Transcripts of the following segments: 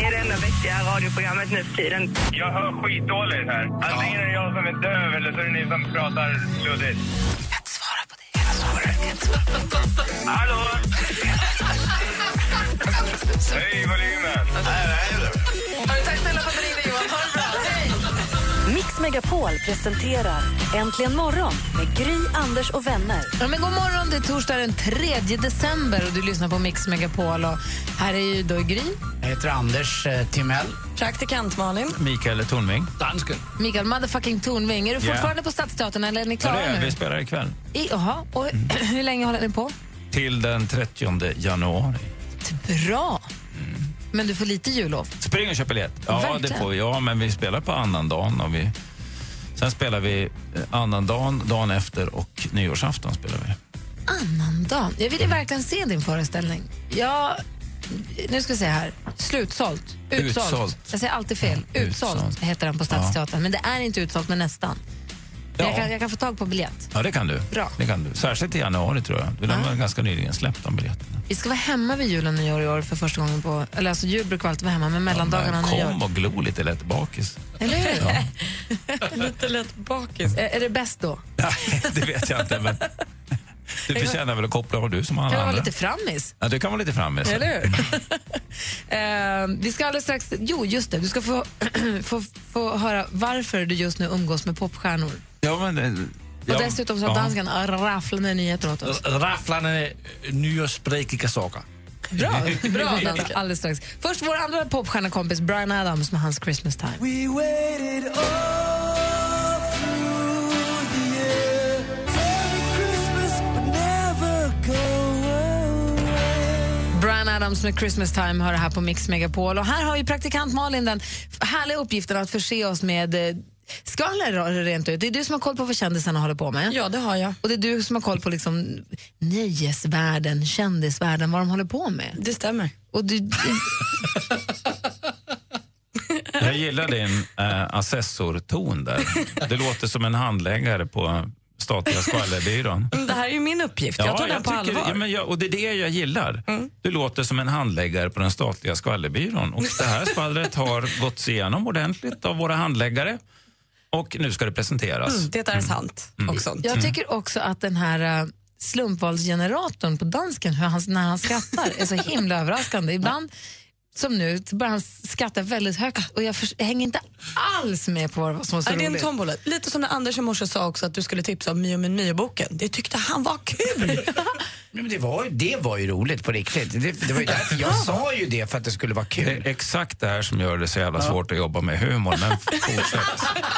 är det enda vettiga radioprogrammet nu för tiden. Jag hör skitdåligt här. Antingen är det jag som är döv eller så är det ni som pratar luddigt. Hallå? Höj volymen! Mix Megapol presenterar Äntligen morgon med Gry, Anders och vänner. Ja, men god morgon, det är torsdag den 3 december och du lyssnar på Mix Megapol. Och här är ju då Gry, Jag heter Anders eh, Timell. praktikant Malin, Mikael Tornving. Dansken. Mikael motherfucking Tornving. Är du Ja. fortfarande på Stadsteatern eller är ni Ja, klara det är, nu? vi spelar ikväll. I, jaha, och hur länge håller ni på? Till den 30 januari. Bra! Men du får lite jullov. Spring och köp biljett. Ja, Verkligen. det får vi. Ja, men vi spelar på annandagen. Och vi... Sen spelar vi eh, annandagen, dagen efter och nyårsafton spelar vi. Annandag. Jag ville verkligen se din föreställning. Jag... Nu ska vi se här. Slutsålt. Utsålt. Utsålt. Jag säger alltid fel. Utsålt, Utsålt. heter den på Stadsteatern. Men det är inte utsålt, men nästan. Ja. Jag, kan, jag kan få tag på biljett. Ja, det kan du. Bra. Det kan du. Särskilt i januari tror jag. De har ganska nyligen släppt de biljetterna. Vi ska vara hemma vid julen och nyår i år för första gången på... Eller alltså jul brukar vi alltid vara hemma, men mellandagarna och nyår. Kom och glo lite lätt bakis. Eller hur? Lite lätt bakis. Är, är det bäst då? Nej, det vet jag inte. Men... Du förtjänar väl att koppla av du som alla Kan det vara andra. lite frammis? Ja, du kan vara lite framme. sen. Eller hur? Eh, vi ska alldeles strax... Jo, just det. Du ska få, få, få höra varför du just nu umgås med popstjärnor. Ja, men, eh, Och ja, dessutom så har ja. danskan rafflande nyheter åt oss. Rafflande nya sprekiga saker. Bra, bra danska. Alldeles strax. Först vår andra popstjärnekompis Brian Adams med hans Christmas time. Brian Adams med Christmas time har det här på Mix Megapol. Och här har ju praktikant Malin den f- härliga uppgiften att förse oss med eh, skvaller ra- rent ut. Det är du som har koll på vad kändisarna håller på med. Ja, det har jag. Och det är du som har koll på liksom nöjesvärlden, kändisvärlden, vad de håller på med. Det stämmer. Och du, Jag gillar din eh, assessorton där. Det låter som en handläggare på statliga skvallerbyrån. Men Mm, Det här är ju min uppgift. jag tar den på tycker- allvar. Mm. Ja, men jag, och det är det jag gillar. Du låter som en handläggare på den statliga skvallerbyrån. Och det här skvallret har gåtts igenom ordentligt av våra handläggare. Och nu ska det presenteras. Mm, Mm, Mm. Det är sant. Och sånt. jag tycker också att den här eh, slumpvalsgeneratorn på dansken, hur han, när han skrattar, är så himla överraskande. Ibland, som nu, så börjar han skratta väldigt högt och jag, förs- jag hänger inte alls med på vad som var så Ja, det är en roligt. tombola. Lite som när Anders i morse sa också att du skulle tipsa om Mio med Mio-boken. Det tyckte han var kul. Nej, men det, var, ju- det var ju roligt på riktigt. Det, det var ju därför jag sa ju det, för att det skulle vara Det kul. är exakt det här som gör det så jävla svårt att jobba med humor. Men fortsätt.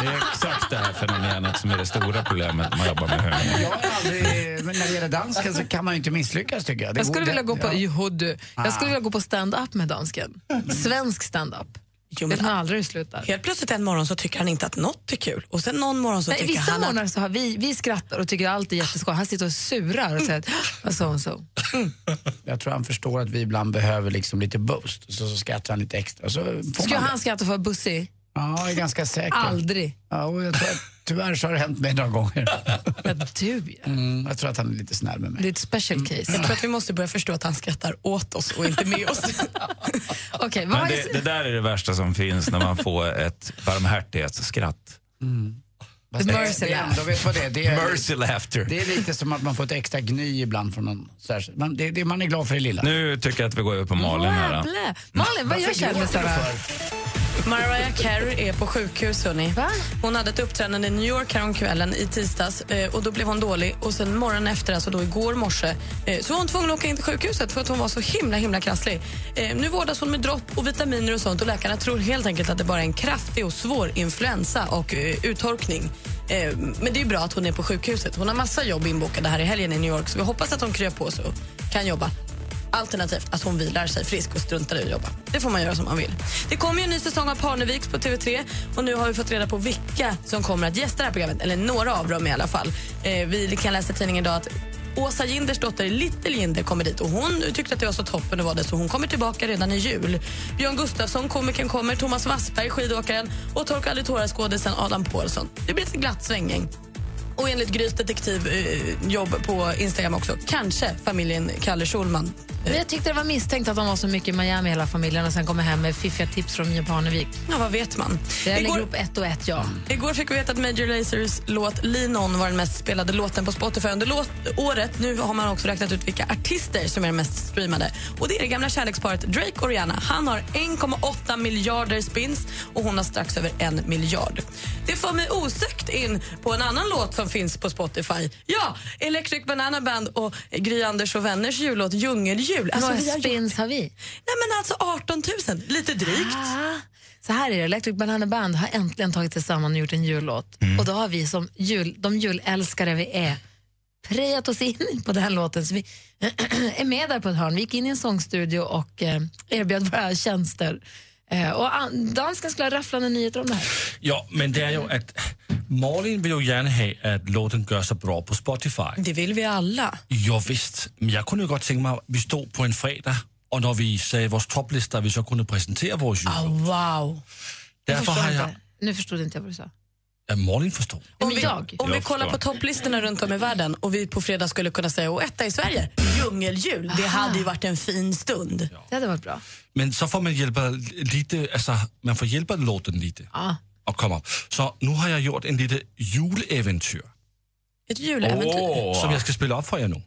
Det är exakt det här fenomenet som är det stora problemet när man jobbar med humor. Jag har aldrig, men när det gäller dansken så kan man ju inte misslyckas tycker jag. Det Jag skulle går- vilja gå på, ja. jo, du. jag skulle vilja gå på stand-up med dansken. Svensk stand-up. Mm. Jo, Vet men man aldrig hur det slutar. helt plötsligt en morgon så tycker han inte att något är kul. Och sen någon morgon så Nej, tycker vissa han att... morgnar så har vi, vi skrattar och tycker allt är jätteskoj. Han sitter och surar och säger att "Ah, vad sa hon så? Jag tror han förstår att vi ibland behöver liksom lite boost. Så, så skrattar han lite extra. Så får Skulle man det. han skratta för bussig? Ja, jag är ganska säker. Aldrig. Ja, och jag tror att, tyvärr så har det hänt mig några gånger. Men du, ja. Mm, jag tror att han är lite snäll med mig. det är ett special Mm. Jag case. tror att vi måste börja förstå att han skrattar åt oss och inte med oss. Okej, vad Men har det, det... det där är det värsta som finns när man får ett barmhärtighetsskratt. Fast Mercy det är laugh. ändå- vet vad det är? Det är, Mercy laughter. det är lite som att man får ett extra gny ibland från någon särskild. Man, det, det, man är glad för det lilla. Nu tycker jag att vi går över på Malin här. då. Jävlar. Malin, vad gör Varför gråter du kändisarna? för? Mariah Carey är på sjukhus. Hörni. Va? Hon hade ett uppträdande i New York häromkvällen i tisdags eh, och då blev hon dålig. Och sen morgonen efter, alltså då igår morse, eh, så var hon tvungen att åka in till sjukhuset för att hon var så himla himla krasslig. Eh, Nu vårdas hon med dropp och vitaminer och sånt och läkarna tror helt enkelt att det bara är en kraftig och svår influensa och eh, uttorkning. Eh, Men det är ju bra att hon är på sjukhuset. Hon har massa jobb inbokade här i helgen i New York så vi hoppas att hon kryar på sig och kan jobba. Alternativt att hon vilar sig frisk och struntar i att jobba. Det får man göra som man vill. Det kommer ju en ny säsong av Parneviks på TV3 och nu har vi fått reda på vilka som kommer att gästa det här programmet. Eller några av dem i alla fall. Eh, vi kan läsa i tidningen idag att Åsa Ginders dotter Little Jinder kommer dit och hon tyckte att det var så toppen det var det så hon kommer tillbaka redan i jul. Björn Gustafsson, komikern kommer, Thomas Wassberg, skidåkaren och Torka aldrig tårar-skådisen Adam Pålsson. Det blir lite glatt svängning. Och enligt Grys detektivjobb på Instagram också, kanske familjen Kalle Schulman. Eh, Men jag tyckte det var misstänkt att de var så mycket i Miami hela familjen och sen kommer hem med fiffiga tips från Mia Parnevik. Ja, vad vet man? Jag lägger Igår- ihop ett och ett, ja. Igår fick vi veta att Major Lazers låt Lean On var den mest spelade låten på Spotify under låt- året. Nu har man också räknat ut vilka artister som är de mest streamade. Och Det är det gamla kärleksparet Drake och Rihanna. Han har 1,8 miljarder spins och hon har strax över en miljard. Det för mig osökt in på en annan låt som finns på Spotify. Ja, Electric Banana Band och Gry Anders och vänners jullåt Djungeljul. Alltså, Några vi har, gjort- nej, spins har vi. men alltså 18 000, lite drygt. Ah. Så här är det, Electric Banana Band har äntligen tagit sig samman och gjort en jullåt. Och då har vi som jul, de julälskare vi är prejat oss in på den låten. Så vi är med där på ett hörn. Vi gick in i en sångstudio och eh, erbjöd våra tjänster. Eh, och an- dansken skulle ha rafflande nyheter om det här. Ja, men det är ju att Malin vill ju gärna ha att låten gör sig bra på Spotify. Det vill vi alla. Ja, visst. men jag kunde ju godt tänka mig att vi stod på en fredag och när vi sagde vår topplista, vi så kunde presentera vår Ah, jul. wow. Därför Förstår har inte. jag... Nu förstod inte jag vad du sa. Ja, Malin förstod. Men Om vi, jag? om vi Jag kollar på förstår. topplistorna runt om i världen och vi på fredag skulle kunna säga och etta i Sverige, djungeljul, det hade ju varit en fin stund. Det hade varit bra. Men så får man hjälpa lite, alltså man får hjälpa låten lite Ja. och komma upp. Så nu har jag gjort en lite juläventyr Ett juläventyr. som jag ska spela upp för er nu.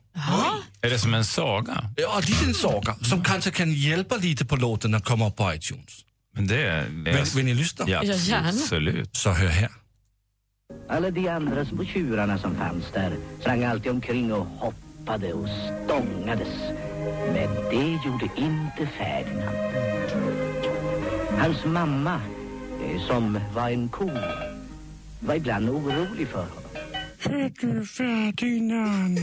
Är det som en saga? Ja, en liten saga som kanske kan hjälpa lite på låten att komma upp på iTunes. Men det är... det Vill, är- vill ni lyssna? Ja, Ja, gärna. absolut. Så hör här. Alla de andra små tjurarna som fanns där sprang alltid omkring och hoppade och stångades. Men det gjorde inte Ferdinand. Hans mamma, eh, som var en ko, var ibland orolig för honom. Du Ferdinand,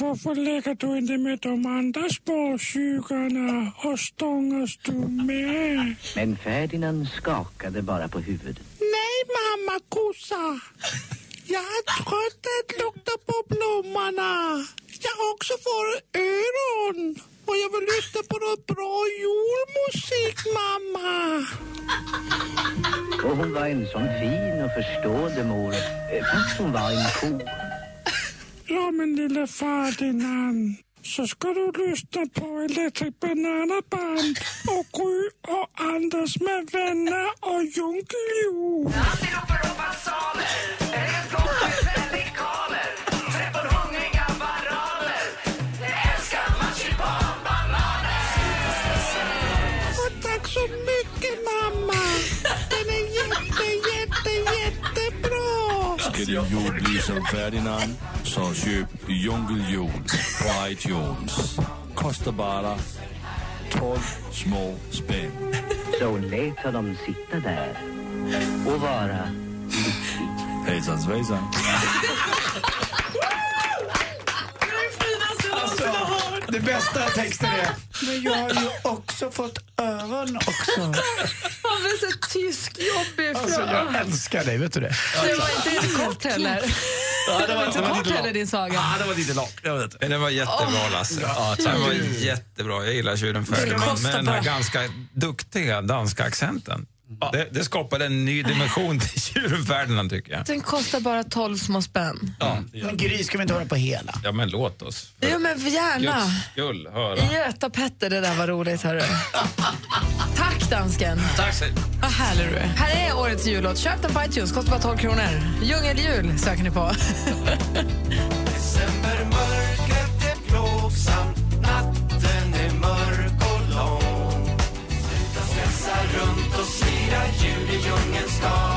varför lägger du inte med de andra spårtjugarna och stångas du med? Men Ferdinand skakade bara på huvudet. Nej, mamma kossa. Jag är trött att lukta på blommorna. Jag har också för öron. Och jag vill lyssna på något bra julmusik, mamma. Och hon var en sån fin och förstående mor, eh, fast hon var en ko. Ja, men lille Ferdinand. Så ska du lyssna på Electric Banana Band och Gry och Anders med vänner och Junkeljo. Och tack så mycket mamma. Den är jätte, jätte, jättebra. Skulle jul bli som Ferdinand så köp Djungeljul på iTunes. Kostar bara 12 små spänn. Så lät honom sitta där och vara Hejsan svejsan. Alltså, Det bästa texten är, men jag har ju också fått öron också. Han blev så tysk, jobbig. Alltså jag älskar dig, vet du det? Det var inte helt kort heller. Det var inte kort heller din saga. Den var jättebra, Lasse. Den var jättebra. Jag gillar tjuren Ferdinand med den här ganska duktiga danska accenten. Det, det skapade en ny dimension till tjuren Ferdinand, tycker jag. Den kostar bara 12 små spänn. Men Gry ska vi inte höra på hela. Ja, men låt oss för Jo, men gärna. Guds skull höra. Göta-Petter, det där var roligt. Hörru. Tack, dansken. Tack så Vad härlig du är. Här är årets jullåt. Köp den på iTunes. Kostar bara 12 kronor. Djungeljul söker ni på.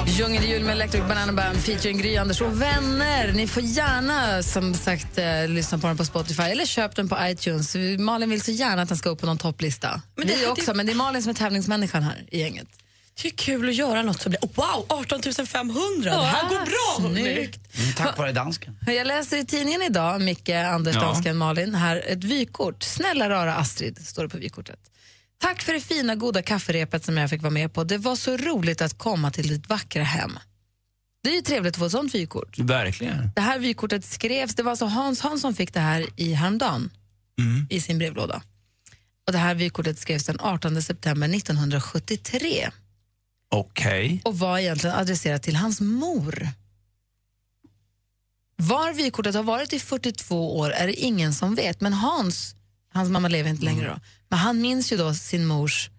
Djungeljul med Electric Banana Band featuring Gry Anders och vänner. Ni får gärna som sagt eh, lyssna på den på Spotify eller köp den på iTunes. Malin vill så gärna att den ska upp på någon topplista. Men Men det det Vi hade- också, men det är Malin som är tävlingsmänniskan här i gänget. Det är kul att göra något som blir... Wow, 18 500! det här går bra! hörni. Snyggt. Mm, tack vare dansken. Jag läser i tidningen idag, Micke, Anders, Ja. dansken, Malin, här ett vykort. Snälla rara Astrid, står det på vykortet. Tack för det fina, goda kafferepet som jag fick vara med på. Det var så roligt att komma till ditt vackra hem. Det är ju trevligt att få ett sånt vykort. Verkligen. Det här vykortet skrevs, det var alltså Hans Hansson som fick det här i häromdagen Mm. i sin brevlåda. Och det här vykortet skrevs den 18 september 1973 Okej. och var egentligen adresserat till hans mor. Var vykortet har varit i 42 år är det ingen som vet, men Hans, hans mamma lever inte längre då, men han minns ju då sin mors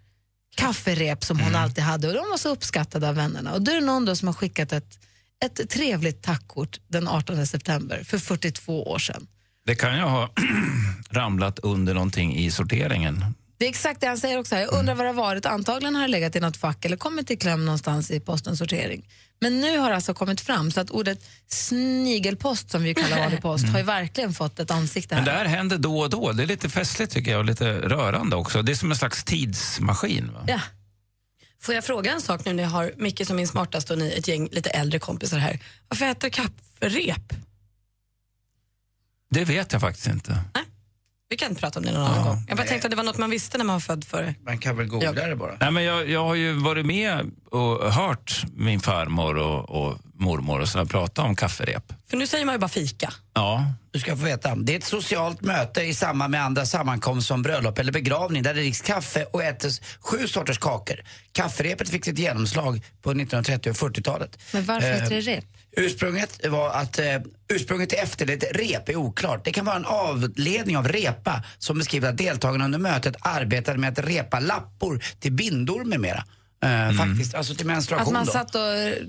kafferep som hon alltid hade och de var så uppskattade av vännerna. Och då är det någon då som har skickat ett, ett trevligt tackkort den 18 september för 42 år sedan. Det kan ju ha ramlat under någonting i sorteringen. Det är exakt det han säger också. här. Jag undrar vad det har varit. Antagligen har det legat i något fack eller kommit i kläm någonstans i postens sortering. Men nu har det alltså kommit fram så att ordet snigelpost som vi kallar vanlig post Mm. har ju verkligen fått ett ansikte Men här. det här händer då och då. Det är lite festligt tycker jag och lite rörande också. Det är som en slags tidsmaskin. Va? Ja. Får jag fråga en sak nu när jag har Micke som min smartaste och ni ett gäng lite äldre kompisar här. Varför heter det kafferep? Det vet jag faktiskt inte. Vi kan inte prata om det någon annan gång. Jag bara tänkte att det var något man visste när man var född för. Man kan väl googla det bara. Nej, men jag, jag har ju varit med och hört min farmor och, och mormor och sådär prata om kafferep. För nu säger man ju bara fika. Ja. Du ska få veta. Det är ett socialt möte i samband med andra sammankomster som bröllop eller begravning där det dricks kaffe och äts sju sorters kakor. Kafferepet fick sitt genomslag på 1930 och 40-talet. Men varför Eh, heter det rep? Ursprunget var att eh, ursprunget till efterledet rep är oklart. Det kan vara en avledning av repa som beskriver att deltagarna under mötet arbetade med att repa lappor till bindor med mera. Eh, Mm. Faktiskt, alltså till menstruation Att man då. satt och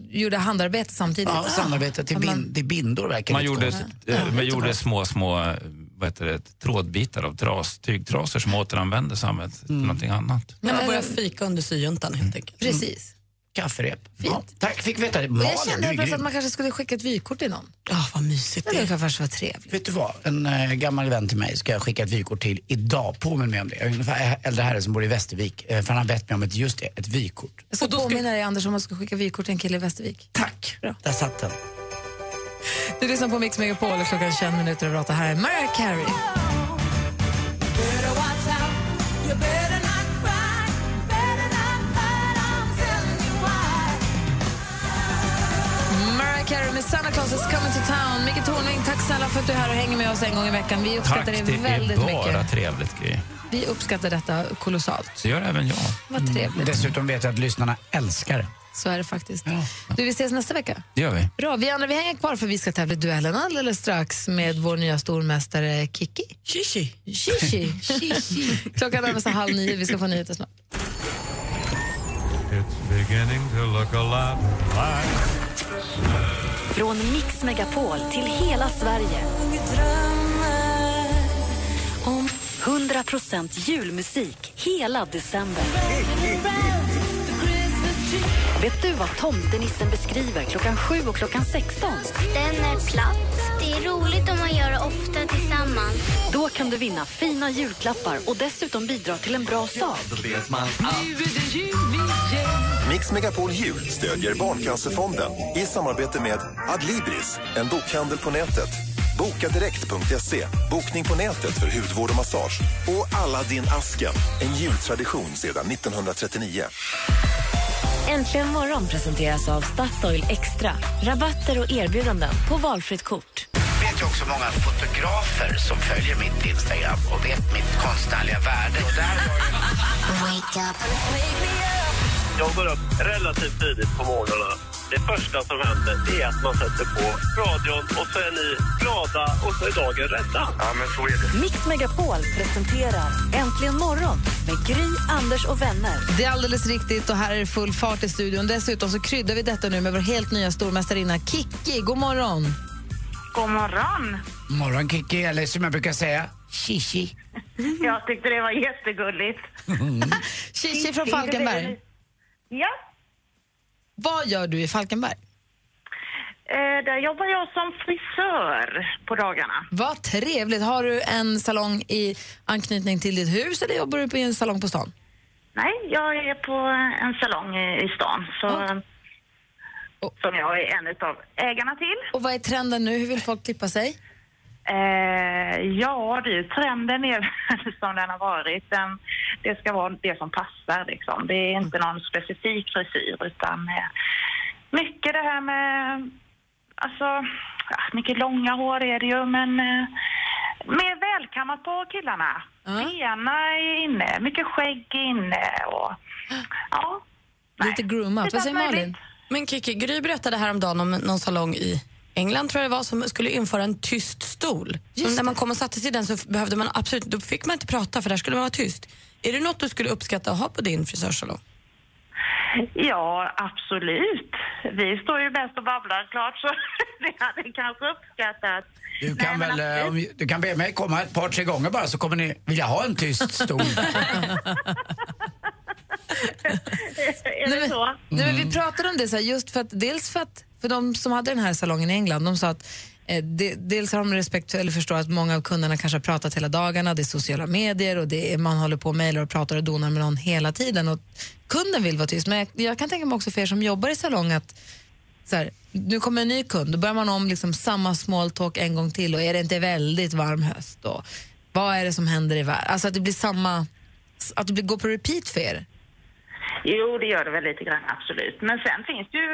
gjorde handarbete samtidigt. Ja, samarbete till, Att man- bin, till bindor verkar Man lite gjorde, konstigt. eh, man gjorde små, små eh, vad heter det, trådbitar av tras, tygtrasor som återanvändes och användes Mm. till någonting annat. När man börjar fika under syjuntan helt enkelt. Eh, Mm. Precis. Kafferep. Ja, tack, fick veta det. Och Malin, jag kände du är helt plötsligt grym. att man kanske skulle skicka ett vykort till någon. Ja, vad mysigt det är. Det kanske var trevligt. Vet du vad? En eh, gammal vän till mig ska jag skicka ett vykort till idag. Påminn mig om det. Jag är ungefär ä- äldre herre som bor i Västervik. Eh, för han har bett mig om ett, just det, ett vykort. Jag ska påminna dig Anders om att man ska skicka vykort till en kille i Västervik. Tack! Där satt den. Du lyssnar på Mix Megapol och klockan är 21 minuter över åtta. Här är Mariah Carey. Mariah Carey med Santa Claus is coming to town. Micke Tornving, tack snälla för att du är här och hänger med oss en gång i veckan. Vi uppskattar Tack, det det är väldigt bara mycket. trevligt grej. Vi uppskattar detta kolossalt. Så gör även jag. Vad trevligt. Mm. Dessutom vet jag att lyssnarna älskar det. Så är det faktiskt. Du, vi ses nästa vecka. Det gör vi. Bra, vi andra vi hänger kvar för vi ska tävla i duellen alldeles strax med vår nya stormästare Kiki. Shishi. Shishi. Klockan närmar sig halv nio, vi ska få nyheter snart. Från Mix Megapol till hela Sverige. 100% julmusik hela december. Vet du vad tomtenissen beskriver klockan 7 och klockan 16? Den är platt. Det är roligt om man gör det ofta tillsammans. Då kan du vinna fina julklappar och dessutom bidra till en bra sak. Mix Megapol Jul stödjer Barncancerfonden i samarbete med Adlibris, en bokhandel på nätet, bokadirekt.se, E. bokning på nätet för hudvård och massage och Alla din asken, en jultradition sedan 1939. Äntligen morgon presenteras av Statoil Extra. Rabatter och erbjudanden på valfritt kort. vet ju också många fotografer som följer mitt Instagram och vet mitt konstnärliga värde. Och där Jag går upp relativt tidigt på morgonen. Det första som händer är att man sätter på radion och så är ni glada och så är dagen rädda. Ja, men så är det. Mix Megapol presenterar Äntligen morgon med Gry, Anders och vänner. Det är alldeles riktigt och här är det full fart i studion. Dessutom så kryddar vi detta nu med vår helt nya stormästarinna Kiki. God morgon! God morgon! Morgon Kiki, eller som jag brukar säga, Shishi. Jag tyckte det var jättegulligt. Kiki från Falkenberg. Ja, Vad gör du i Falkenberg? eh, där jobbar jag som frisör på dagarna. Vad trevligt! Har du en salong i anknytning till ditt hus eller jobbar du på- i en salong på stan? Nej, jag är på en salong i, i stan. Så, Som jag är en utav ägarna till. Och vad är trenden nu? Hur vill folk klippa sig? Eh, ja, du, trenden är väl som den har varit. Den, det ska vara det som passar. Liksom. Det är inte någon specifik frisyr, utan eh, mycket det här med... Alltså, ja, mycket långa hår är det ju, men eh, mer välkammat på killarna. Bena är inne, mycket skägg är inne och... Ja, Lite groomat. Vad säger Malin? Men Kiki, Gry berättade häromdagen om någon salong i England tror jag det var, som skulle införa en tyst stol. Så när man kom och satte sig i den så behövde man absolut, då fick man inte prata för där skulle man vara tyst. Är det något du skulle uppskatta att ha på din frisörsalong? Ja, absolut. Vi står ju bäst och babblar klart, så det hade kanske uppskattat. Du kan väl, eh, om, du kan be mig komma ett par, tre gånger bara så kommer ni vilja ha en tyst stol. Är det så? Nej, men vi pratade om det så här, just för att, dels för att för de som hade den här salongen i England, de sa att eh, de, dels har de respekt för, eller förstår att många av kunderna kanske har pratat hela dagarna, det är sociala medier och det är, man håller på och mejlar och pratar och donar med någon hela tiden och kunden vill vara tyst. Men jag, jag kan tänka mig också för er som jobbar i salong att så här, nu kommer en ny kund, då börjar man om liksom samma small talk en gång till och är det inte väldigt varm höst då? Vad är det som händer i världen? Alltså att det blir samma, att det blir, går på repeat för er. Jo, det gör det väl lite grann, absolut. Men sen finns det ju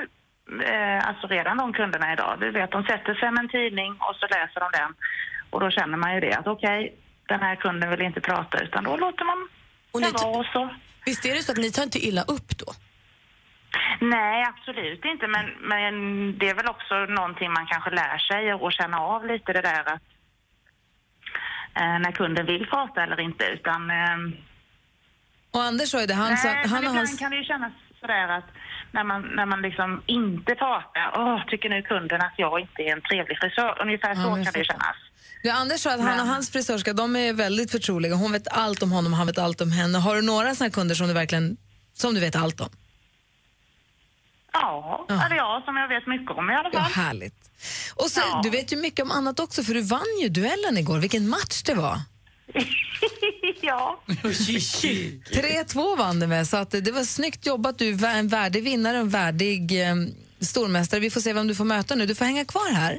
eh, alltså redan de kunderna idag. Du vet, de sätter sig med en tidning och så läser de den. Och då känner man ju det att okej, den här kunden vill inte prata utan då låter man Och det ni tar- vara och så. Visst är det så att ni tar inte illa upp då? Nej, absolut inte. Men, men det är väl också någonting man kanske lär sig och känna av lite det där att eh, när kunden vill prata eller inte. Utan, eh, Och Anders sa ju det, han, nej, sa, men han och ibland hans... kan det ju kännas sådär att när man, när man liksom inte pratar, åh, tycker nu kunden att jag inte är en trevlig frisör? Ungefär så kan det ju kännas. Du, Anders sa att han och hans frisörska de är väldigt förtroliga. Hon vet allt om honom, han vet allt om henne. Har du några såna här kunder som du verkligen som du vet allt om? Ja, ja. det är jag som jag vet mycket om i alla Ja, fall. härligt. Och så, Du vet ju mycket om annat också, för du vann ju duellen igår. Vilken match det var! ja. 3-2 vann du med, så att, eh, det var snyggt jobbat. Du var en värdig vinnare och en värdig eh, stormästare. Vi får se vem du får möta nu. Du får hänga kvar här.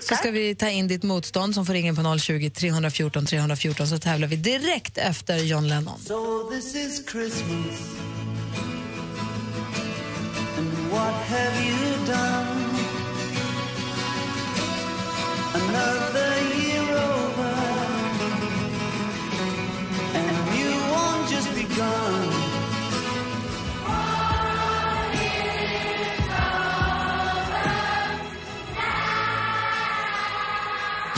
så ska vi ta in ditt motstånd som får ringa på 020 314 314 så tävlar vi direkt efter John Lennon. So this is Christmas. And what have you done? Another year over. And a new one just begun.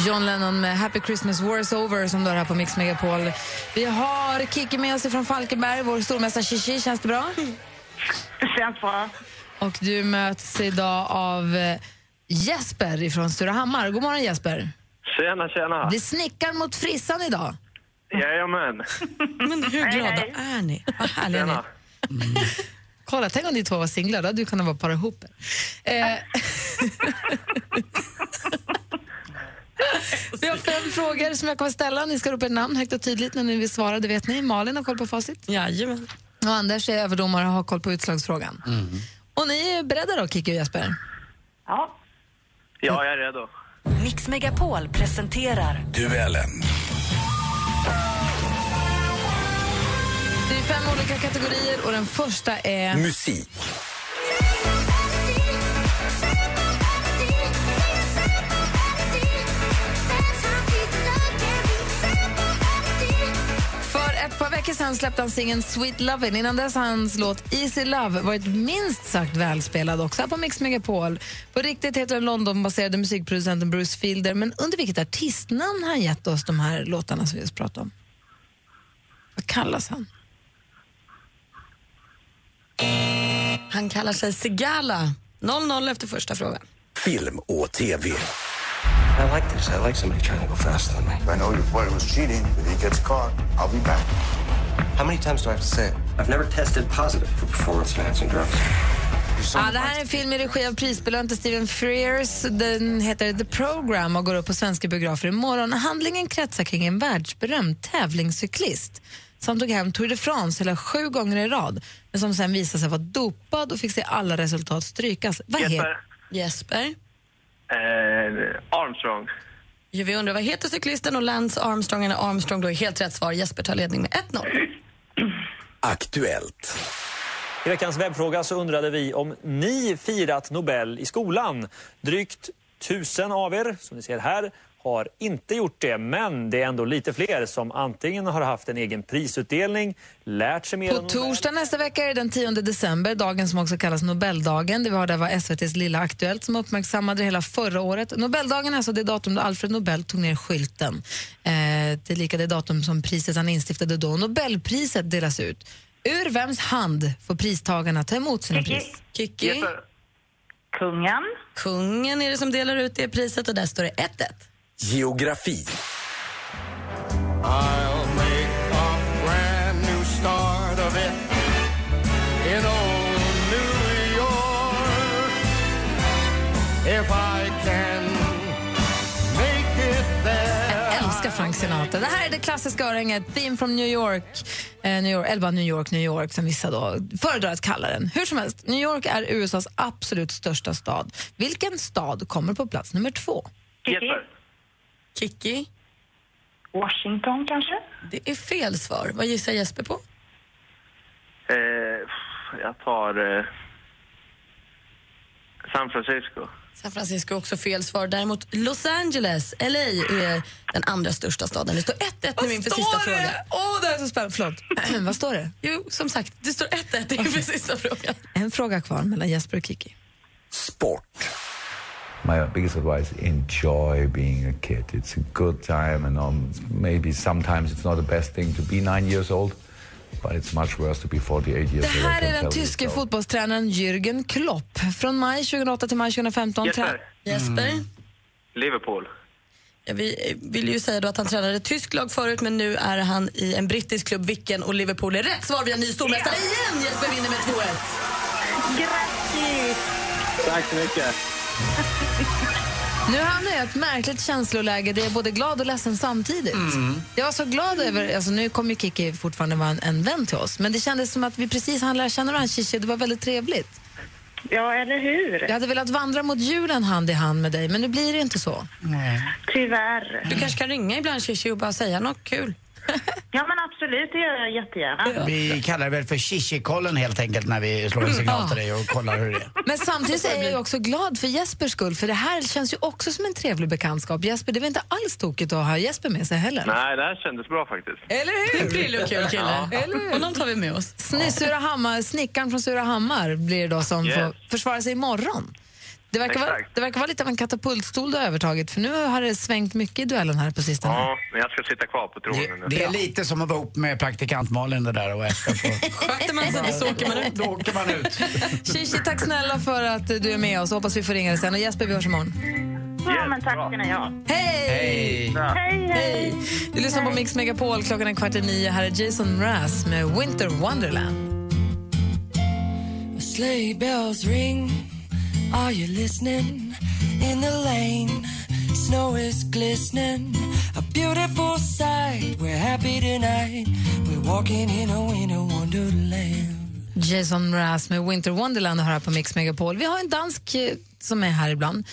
John Lennon med Happy Christmas War's Over som du har här på Mix Megapol. Vi har Kiki med oss från Falkenberg, vår stormästare Shishi. Känns det bra? Det känns bra. Och du möts idag av eh, Jesper från Surahammar. God morgon Jesper. Tjena, tjena. Det är snickaren mot frissan idag. Jajamän. Men hur glada är ni? Vad härliga ni är. Mm. Kolla, tänk om ni två var singlar, då hade du kunnat vara para ihop er. eh. Vi har fem frågor som jag kommer ställa. Ni ska ropa ert namn högt och tydligt när ni vill svara, det vet ni. Malin har koll på facit. Jajamän. Och Anders är överdomare och har koll på utslagsfrågan. Och ni är beredda då, Kiki och Jesper? Ja. Ja, jag är redo. Mix Megapol presenterar Duellen. Det är fem olika kategorier och den första är... Musik. För ett par veckor sedan släppte han singeln Sweet Lovin'. Innan dess har hans låt Easy Love varit minst sagt välspelad också här på Mix Megapol. På riktigt heter den Londonbaserade musikproducenten Bruce Fielder men under vilket artistnamn har han gett oss de här låtarna som vi just pratade om? Vad kallas han? Han kallar sig Segala. 0-0 efter första frågan. Film och TV. I like this. I like somebody trying to go faster than me. I know your boy was cheating. If he gets caught, I'll be back. How many times do I have to say it? I've never tested positive for performance enhancing drugs. Ja, det här är en film i regi av prisbelönte Steven Frears. Den heter The Program och går upp på svenska biografer imorgon. Handlingen kretsar kring en världsberömd tävlingscyklist så han tog hem Tour de France hela sju gånger i rad, men som sen visade sig vara dopad och fick se alla resultat strykas. Vad Jesper. heter Jesper. Eh, Armstrong. Ja, vi undrar vad heter cyklisten och Lance Armstrong eller Armstrong då är helt rätt svar. Jesper tar ledning med 1-0. Aktuellt. I veckans webbfråga så undrade vi om ni firat Nobel i skolan. Drygt tusen av er, som ni ser här, har inte gjort det. Men det är ändå lite fler som antingen har haft en egen prisutdelning, lärt sig mer om På torsdag nästa vecka är det den 10 december, dagen som också kallas Nobeldagen. Det vi har där var SVTs lilla Aktuellt som uppmärksammade det hela förra året. Nobeldagen är alltså det datum då Alfred Nobel tog ner skylten. Eh, det är lika det datum som priset han instiftade då. Nobelpriset delas ut. Ur vems hand får pristagarna ta emot sina Kiki. pris? Kiki. Jesper. Kungen. Kungen är det som delar ut det priset och där står det 1-1. Geografi. I'll make a brand new start of it in old New York. If I can make it there. Jag älskar Frank Sinatra. Det här är det klassiska örhänget, Theme from New York, eh, New York, eller bara New York, New York som vissa då föredrar att kalla den. Hur som helst, New York är USAs absolut största stad. Vilken stad kommer på plats nummer två? Jesper. Kiki. Washington kanske? Det är fel svar. Vad gissar Jesper på? Eh, jag tar eh, San Francisco. San Francisco är också fel svar. Däremot Los Angeles, LA, är den andra största staden. Det står 1-1 nu inför sista frågan. Åh, det här är så spännande. Förlåt. Vad står det? Jo, som sagt, det står 1-1 inför sista frågan. En fråga kvar mellan Jesper och Kiki. My biggest advice enjoy being a kid. It's a good time, and um, maybe sometimes it's not the best thing to be nine years old, but it's much worse to be 48 years Det old. I här can är den tell you. tyske fotbollstränaren Jürgen Klopp. Från maj 2008 till maj 2015. trä- Jesper. Mm. Liverpool. Ja, vi eh, ville ju säga då att han tränade ett tyskt lag förut men nu är han i en brittisk klubb, Wicken och Liverpool är rätt svar. Vi har ny stormästare igen! Jesper vinner med 2-1. Grattis! Tack så mycket. Nu hamnar jag i ett märkligt känsloläge där jag är både glad och ledsen samtidigt. Jag var så glad över, alltså nu kommer ju Kiki fortfarande vara en, en vän till oss, men det kändes som att vi precis hann lära känna varandra, Shishi, det var väldigt trevligt. Ja, eller hur? Jag hade velat vandra mot julen hand i hand med dig, men nu blir det inte så. Tyvärr. Du kanske kan ringa ibland Shishi och bara säga något kul. Ja, men absolut, det gör jag jättegärna. Vi kallar det väl för Shishi-kollen helt enkelt när vi slår en signal till dig och kollar hur det är. Men samtidigt så är jag ju också glad för Jespers skull, för det här känns ju också som en trevlig bekantskap. Jesper, det var inte alls tokigt att ha Jesper med sig heller. Nej, det här kändes bra faktiskt. Eller hur? En prillig och kul kille. Honom tar vi med oss. Sni- Surahammar, snickaren från Surahammar blir det då som Yes. får försvara sig imorgon. Det verkar, vara, Exakt. det verkar vara lite av en katapultstol du har övertagit för nu har det svängt mycket i duellen här på sistone. Ja, men jag ska sitta kvar på tronen nu. Det är lite som att vara ihop med praktikant Malin det där och äta på. Sköter man sig så åker man ut. Då åker man ut. Shishi, tack snälla för att eh, du är med oss. Hoppas vi får ringa dig sen. Och Jesper, vi hörs imorgon. Ja, men tack ska ni ha. Hej! Hej, hej! Du lyssnar på Mix Megapol. Klockan är kvart i nio. Här är Jason Mraz med Winter Wonderland. Sleigh bells ring. Are you listening? In the lane, snow is glistening. A beautiful sight. We're happy tonight. We're walking in a winter wonderland. Jason Mraz med Winter Wonderland och hör här på Mix Megapol. Vi har en dansk eh, som är här ibland.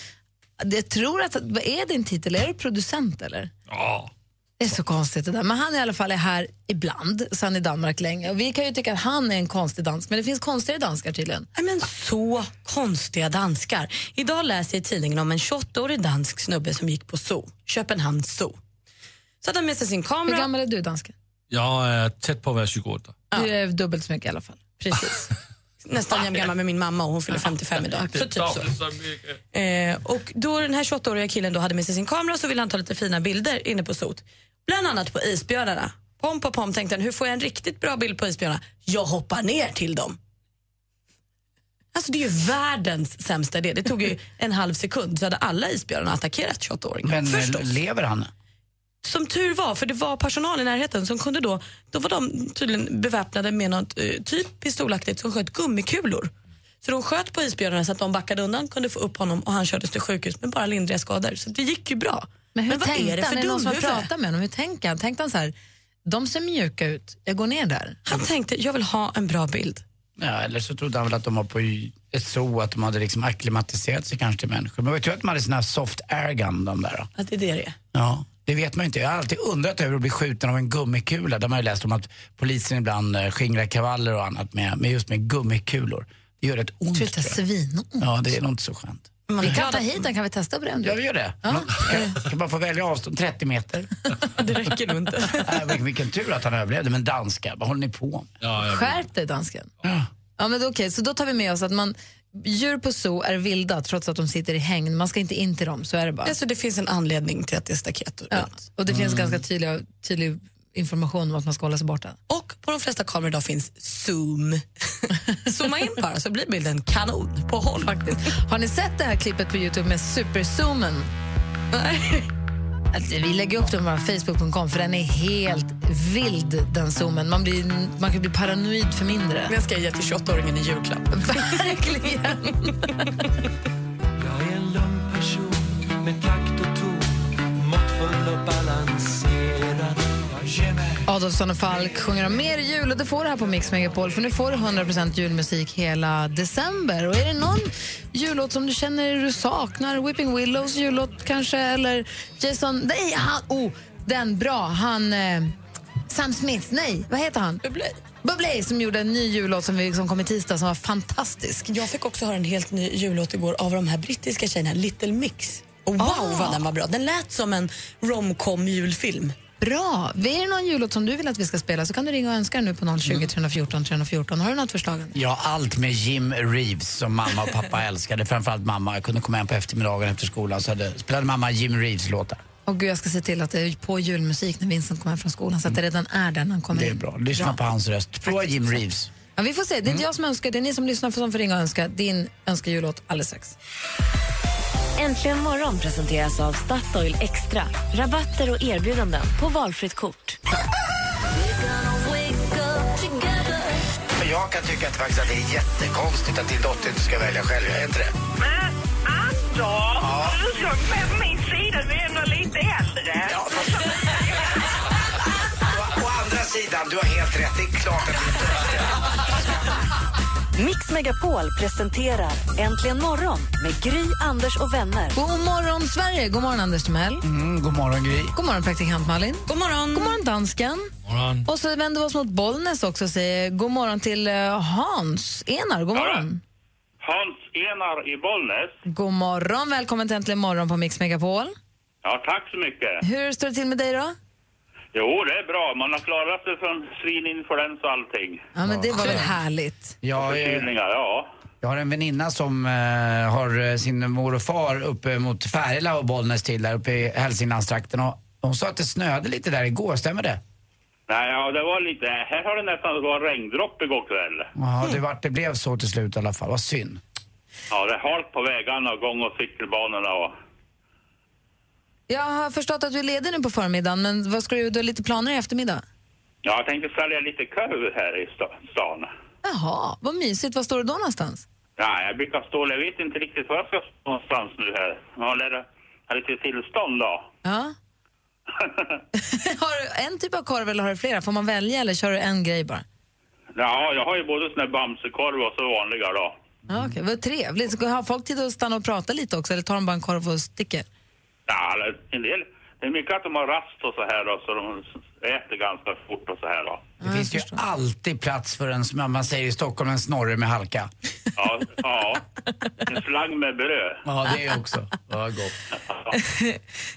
Jag tror att, vad är din titel? Är du producent eller? Ja. Det är så konstigt det där. Men han i alla fall är här ibland, så han är i Danmark länge. Och vi kan ju tycka att han är en konstig dansk, men det finns konstigare danskar tydligen. Nej, men så konstiga danskar. Idag läser jag i tidningen om en 28-årig dansk snubbe som gick på zoo, Köpenhamns zoo. Så hade han med sig sin kamera. Hur gammal är du dansken? Jag eh, är tätt på att vara 28. Du är dubbelt så mycket i alla fall. Precis. Nästan jämngammal med min mamma och hon fyller 55 idag. Så typ så. Eh, och då den här 28-åriga killen då hade med sig sin kamera så ville han ta lite fina bilder inne på sot. Bland annat på isbjörnarna. Pom på pom tänkte han, hur får jag en riktigt bra bild på isbjörnarna? Jag hoppar ner till dem. Alltså det är ju världens sämsta idé. Det tog ju en halv sekund så hade alla isbjörnarna attackerat 28-åringen. Men eh, Förstås. lever han? Som tur var, för det var personal i närheten som kunde då, då var de tydligen beväpnade med något eh, typ pistolaktigt som sköt gummikulor. Så de sköt på isbjörnarna så att de backade undan, kunde få upp honom och han kördes till sjukhus med bara lindriga skador. Så det gick ju bra. Men hur vad tänkte är det han? för Är det någon som har dumhuvud? pratat med honom? Hur tänker han? Tänkte han så här, de ser mjuka ut. Jag går ner där. Han tänkte, jag vill ha en bra bild. Ja, eller så trodde han väl att de var på y- ett zoo, att de hade liksom acklimatiserat sig kanske till människor. Men det var ju tur att de hade sina soft air gun, de där. Då. Att det är det det är. Ja, det vet man ju inte. Jag har alltid undrat över att bli skjuten av en gummikula. Där man har ju läst om att polisen ibland eh, skingrar kravaller och annat med, med just med gummikulor. Det gör rätt ont. Sluta svinont. Ja, det är nog inte så skönt. Vi kan ta hit den, kan vi testa på den? Ja, vi gör det. Ja. Kan, kan bara få välja avstånd 30 meter. det räcker nog inte. vilken, vilken tur att han överlevde, men danskar, vad håller ni på med? Skärp dig, dansken. Ja. men då, okej, så då tar vi med oss att man, djur på zoo är vilda trots att de sitter i hägn. Man ska inte in till dem, så är det bara. Alltså, det finns en anledning till att det är staket. Ja. Och det finns Mm. ganska tydlig, tydlig information om att man ska hålla sig borta. Och på de flesta kameror idag finns zoom. Zooma in bara så blir bilden kanon på håll. Faktiskt. Har ni sett det här klippet på Youtube med superzoomen? Alltså, vi lägger upp den på vår facebook.com för den är helt vild, den zoomen. Man, blir, man kan bli paranoid för mindre. Den ska jag ge till 28-åringen i julklapp. Verkligen. Jag är en lugn person med takt och ton, måttfull och balanserad. Jag ger mig Adolfsson och Falk sjunger om mer jul och det får du här på Mix Megapol för nu får du 100% julmusik hela december. Och är det någon jullåt som du känner du saknar? Whipping Willows jullåt kanske? Eller Jason... Nej, han... Oh, den bra. Han... Eh, Sam Smith. Nej, vad heter han? Bublé. Bublé som gjorde en ny jullåt som, vi, som kom i tisdag som var fantastisk. Jag fick också höra en helt ny jullåt igår av de här brittiska tjejerna, Little Mix. Och wow, vad den var bra. Den lät som en romcom julfilm. Bra! Är det någon jullåt som du vill att vi ska spela så kan du ringa och önska den nu på 020 Mm. 314 314. Har du något förslag? Ja, allt med Jim Reeves som mamma och pappa älskade. Framförallt mamma. Jag kunde komma hem på eftermiddagen efter skolan så hade, spelade mamma Jim Reeves låtar. Och gud, jag ska se till att det är på julmusik när Vincent kommer hem från skolan så att det redan är den när han kommer Mm. Det är in. bra. Lyssna på hans röst. Prova Jim Reeves. Ja, vi får se. Det är Mm. inte jag som önskar, det är ni som lyssnar som får ringa och önska din önskejullåt alldeles strax. Äntligen morgon presenteras av Statoil Extra. Rabatter och erbjudanden på valfritt kort. Men jag kan tycka att, faktiskt att det är jättekonstigt att din dotter inte ska välja själv. Är inte det? Ja, du såg med min sida, du är ändå lite äldre. Å andra sidan, du har helt rätt. Det är klart att Mix Megapol presenterar Äntligen morgon med Gry, Anders och vänner. God morgon, Sverige! God morgon, Anders Timell. Mm, god morgon, Gry. God morgon, praktikant Malin. God morgon. God morgon, dansken. Morgon. Och så vänder vi oss mot Bollnäs också och säger god morgon till eh, Hans Enar. God morgon. Hans Enar i Bollnäs. God morgon. Välkommen till Äntligen morgon på Mix Megapol. Ja, tack så mycket. Hur står det till med dig då? Jo, det är bra. Man har klarat sig från svininfluensa och allting. Ja, men det var väl skönt. härligt. Jag, eh, Förkylningar, ja. jag har en väninna som eh, har eh, sin mor och far uppe mot Färila och Bollnäs till där uppe i Hälsinglandstrakten. Och hon sa att det snöade lite där igår, stämmer det? Nej, ja, det var lite... Här har det nästan varit regndropp igår kväll. Ja, det, vart, det blev så till slut i alla fall. Vad synd. Ja, det är halt på vägarna och gång och cykelbanorna och... Jag har förstått att du är ledig nu på förmiddagen, men vad ska du, du har lite planer i eftermiddag? Ja, jag tänkte sälja lite korv här i sta- stan. Jaha, vad mysigt. Var står du då någonstans? Ja, jag brukar stå... Jag vet inte riktigt var jag ska stå någonstans nu här. Jag lär ha lite tillstånd då. Ja. har du en typ av korv eller har du flera? Får man välja eller kör du en grej bara? Ja, jag har ju både sån här bamsekorv och så vanliga då. Ja, Okej, vad trevligt. Ska har folk tid att stanna och prata lite också eller tar de bara en korv och sticker? Ja, eller en del. Det är mycket att de har rast och så här då, så de äter ganska fort och så här då. Det finns ju alltid plats för en, som man säger i Stockholm, en snorre med halka. Ja, ja. En slang med bröd. Ja, det är också. Ja, gott.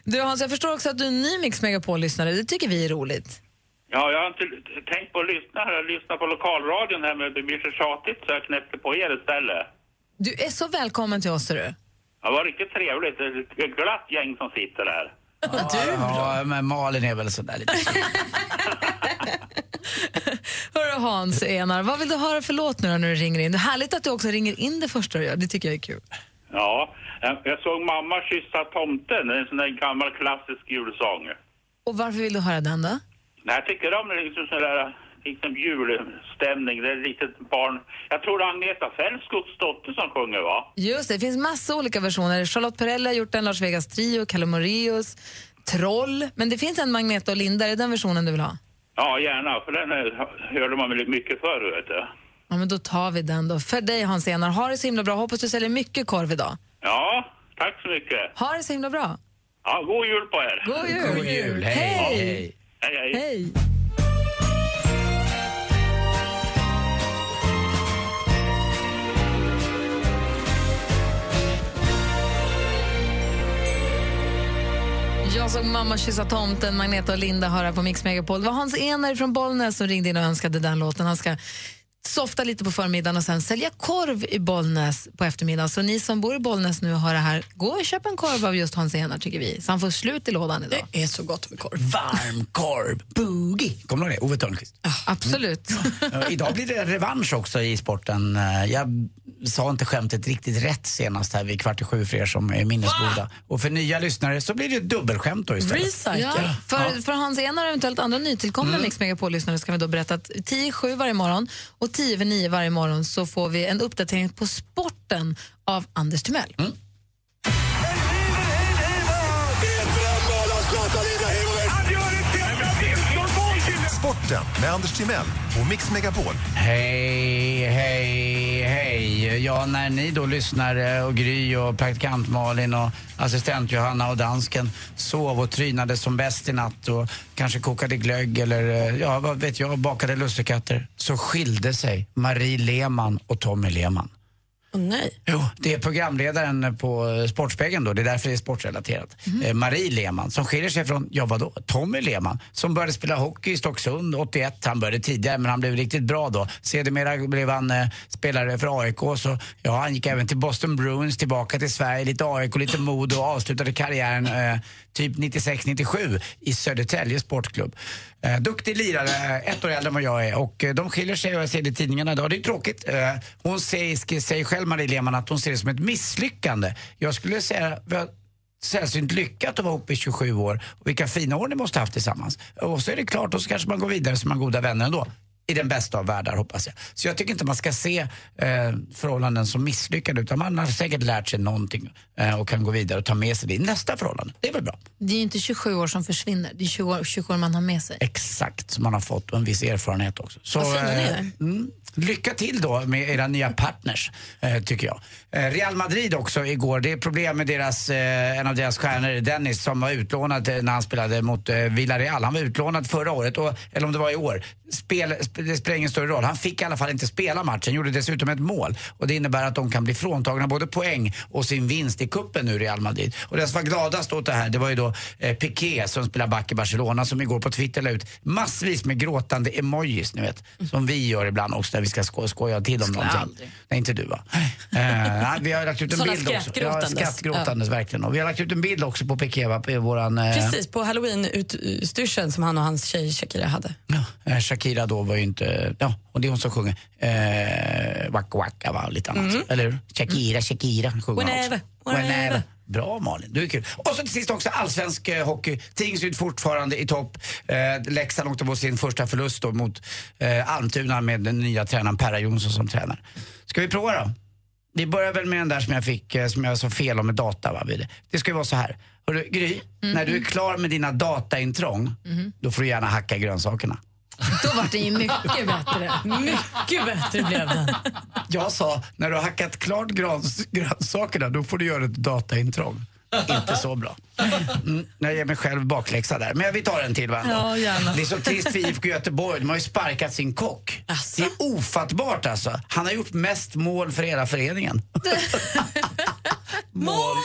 Du Hans, jag förstår också att du är en ny Mix Megapol-lyssnare. Det tycker vi är roligt. Ja, jag har inte tänkt på att lyssna här. Jag lyssnar på lokalradion här, men det blir så tjatigt så jag knäppte på er istället. Du är så välkommen till oss, är du. Ja, Det var riktigt trevligt. Det är ett glatt gäng som sitter där. Ja, men Malin är väl sådär lite. Hörru Hans Enar, vad vill du höra för låt nu då när du ringer in? Det är härligt att du också ringer in det första du gör. Det tycker jag är kul. Ja, jag- jag såg mamma kyssa tomten. Det är en sån där gammal klassisk julsång. Och varför vill du höra den då? Nej, jag tycker om liksom sån där liksom julstämning. Det är ett litet barn. Jag tror det är Agneta Fältskogs dotter som sjunger, va? Just det, det finns massa olika versioner. Charlotte Perrelli har gjort en, Lars Vegas Trio, Kalle Moraeus, Troll. Men det finns en Magneta och Linda, är det den versionen du vill ha? Ja, gärna, för den här hörde man väl mycket förr, vet du. Ja, men då tar vi den då. För dig Hans Enar, ha det så himla bra. Hoppas du säljer mycket korv idag. Ja, tack så mycket. Ha det så himla bra. Ja, god jul på er! God jul. God jul. Hej. Ja. Hej. Hej, hej! Hej! Jag såg mamma kyssa tomten, Magneta och Linda höra på Mix Megapol. Det var Hans Ener från Bollnäs som ringde in och önskade den låten. Han ska softa lite på förmiddagen och sen sälja korv i Bollnäs på eftermiddagen. Så ni som bor i Bollnäs nu och hör det här, gå och köp en korv av just Hans Enar tycker vi. Så han får slut i lådan idag. Det är så gott med korv. Varm korv, boogie. Kommer du ihåg det? Ove Thörnqvist. Absolut. Mm. Eh, Idag blir det revansch också i sporten. Eh, Jag sa inte skämtet riktigt rätt senast här vid kvart i sju för er som är minnesgoda. Och för nya lyssnare så blir det ett dubbelskämt då istället. Ja, för, för Hans Enar och eventuellt andra Mm. nytillkomna Mix Megapol-lyssnare ska vi då berätta att 10 i sju varje morgon och 10 över 9 varje morgon så får vi en uppdatering på sporten av Anders Timell. Mm. Sporten med Anders Timell och Mix Megapol. Hej, hej, hej. Ja, när ni då lyssnar eh, och Gry och praktikant Malin och assistent Johanna och dansken sov och trynade som bäst i natt och kanske kokade glögg eller eh, ja, vad vet jag, bakade lussekatter så skilde sig Marie Lehmann och Tommy Lehmann. nej. Jo, det är programledaren på eh, Sportspegeln då, det är därför det är sportrelaterat. Eh, Marie Lehmann som skiljer sig från, ja vadå, Tommy Lehmann som började spela hockey i Stocksund 81. Han började tidigare men han blev riktigt bra då. Sedermera blev han eh, spelare för AIK så, ja han gick även till Boston Bruins, tillbaka till Sverige, lite AIK, lite Modo och avslutade karriären eh, typ 96-97 i Södertälje Sportklubb. Eh, duktig lirare, eh, ett år äldre än vad jag är. Och eh, de skiljer sig och jag ser det i tidningarna idag. Det är ju tråkigt. Eh, hon säger, säger själv, Marie Lehmann, att hon ser det som ett misslyckande. Jag skulle säga, vad sällsynt lyckat att vara ihop i 27 år. Och vilka fina år ni måste ha haft tillsammans. Och så är det klart, och så kanske man går vidare så är man goda vänner ändå. I den bästa av världar hoppas jag. Så jag tycker inte man ska se eh, förhållanden som misslyckade utan man har säkert lärt sig någonting eh, och kan gå vidare och ta med sig det i nästa förhållande. Det är väl bra? Det är ju inte 27 år som försvinner, det är 20 år, 20 år man har med sig. Exakt, som man har fått och en viss erfarenhet också. Så, Vad fina ni eh, är. mm, lycka till då med era nya partners, eh, tycker jag. Eh, Real Madrid också igår, det är problem med deras, eh, en av deras stjärnor, Dennis, som var utlånad eh, när han spelade mot eh, Villarreal. Han var utlånad förra året, och, eller om det var i år. Spel, sp det spelar ingen större roll. Han fick i alla fall inte spela matchen, gjorde dessutom ett mål. Och det innebär att de kan bli fråntagna både poäng och sin vinst i kuppen nu, Real Madrid. Och den som var gladast åt det här, det var ju då eh, Piqué som spelar back i Barcelona som igår på Twitter la ut massvis med gråtande emojis, ni vet. Som vi gör ibland också när vi ska sko skoja till om Skulle någonting. aldrig. Nej, inte du va? Eh, nej, vi har lagt ut en Sådana bild också. Ja, skrattgråtandes. skrattgråtandes, verkligen. Och vi har lagt ut en bild också på Piqué, va? På våran... eh, Precis, på halloween-utstyrseln som han och hans tjej Shakira hade. Eh, Shakira då var ju inte, ja, och det är hon som sjunger eh, Waka Waka va, och lite annat. Mm. Eller hur? Shakira, Shakira sjunger hon Whenever, också. whenever. Bra Malin, du är kul. Och så till sist också allsvensk eh, hockey. Tingsryd fortfarande i topp. Eh, Leksand åkte på sin första förlust då mot eh, Almtuna med den nya tränaren Perra Jonsson som tränare. Ska vi prova då? Vi börjar väl med den där som jag fick, eh, som jag sa fel om med data va? Vide? Det ska ju vara så här. Hörru, Gry, när Mm. du är klar med dina dataintrång, Mhm. då får du gärna hacka grönsakerna. Då var det ju mycket bättre. Mycket bättre blev den. Jag sa, när du har hackat klart grans, grönsakerna, då får du göra ett dataintrång. Inte så bra. Mm, jag ger mig själv bakläxa där. Men vi tar en till varandra. Ja, gärna. Det är så trist för IFK Göteborg. De har ju sparkat sin kock. Det är ofattbart alltså. Han har gjort mest mål för hela föreningen. mål!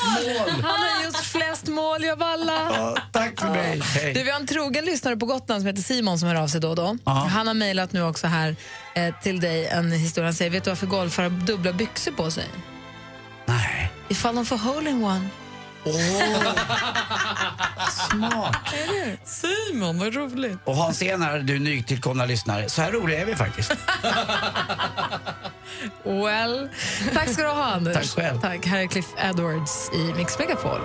Han har just flest mål av alla. Ja, tack för mig. Hej. Du, vi har en trogen lyssnare på Gotland som heter Simon som hör av sig då och då. Ja. Han har mejlat nu också här eh, till dig en historia. Han säger, vet du varför golfare har dubbla byxor på sig? Nej. Ifall de får hole-in-one. Smart. Simon, vad roligt. Och Hans Enar, du nytillkomna lyssnare. Så här roliga är vi faktiskt. Well. Tack ska du ha, Anders. Tack själv. Tack. Här är Cliff Edwards i Mix Megapol.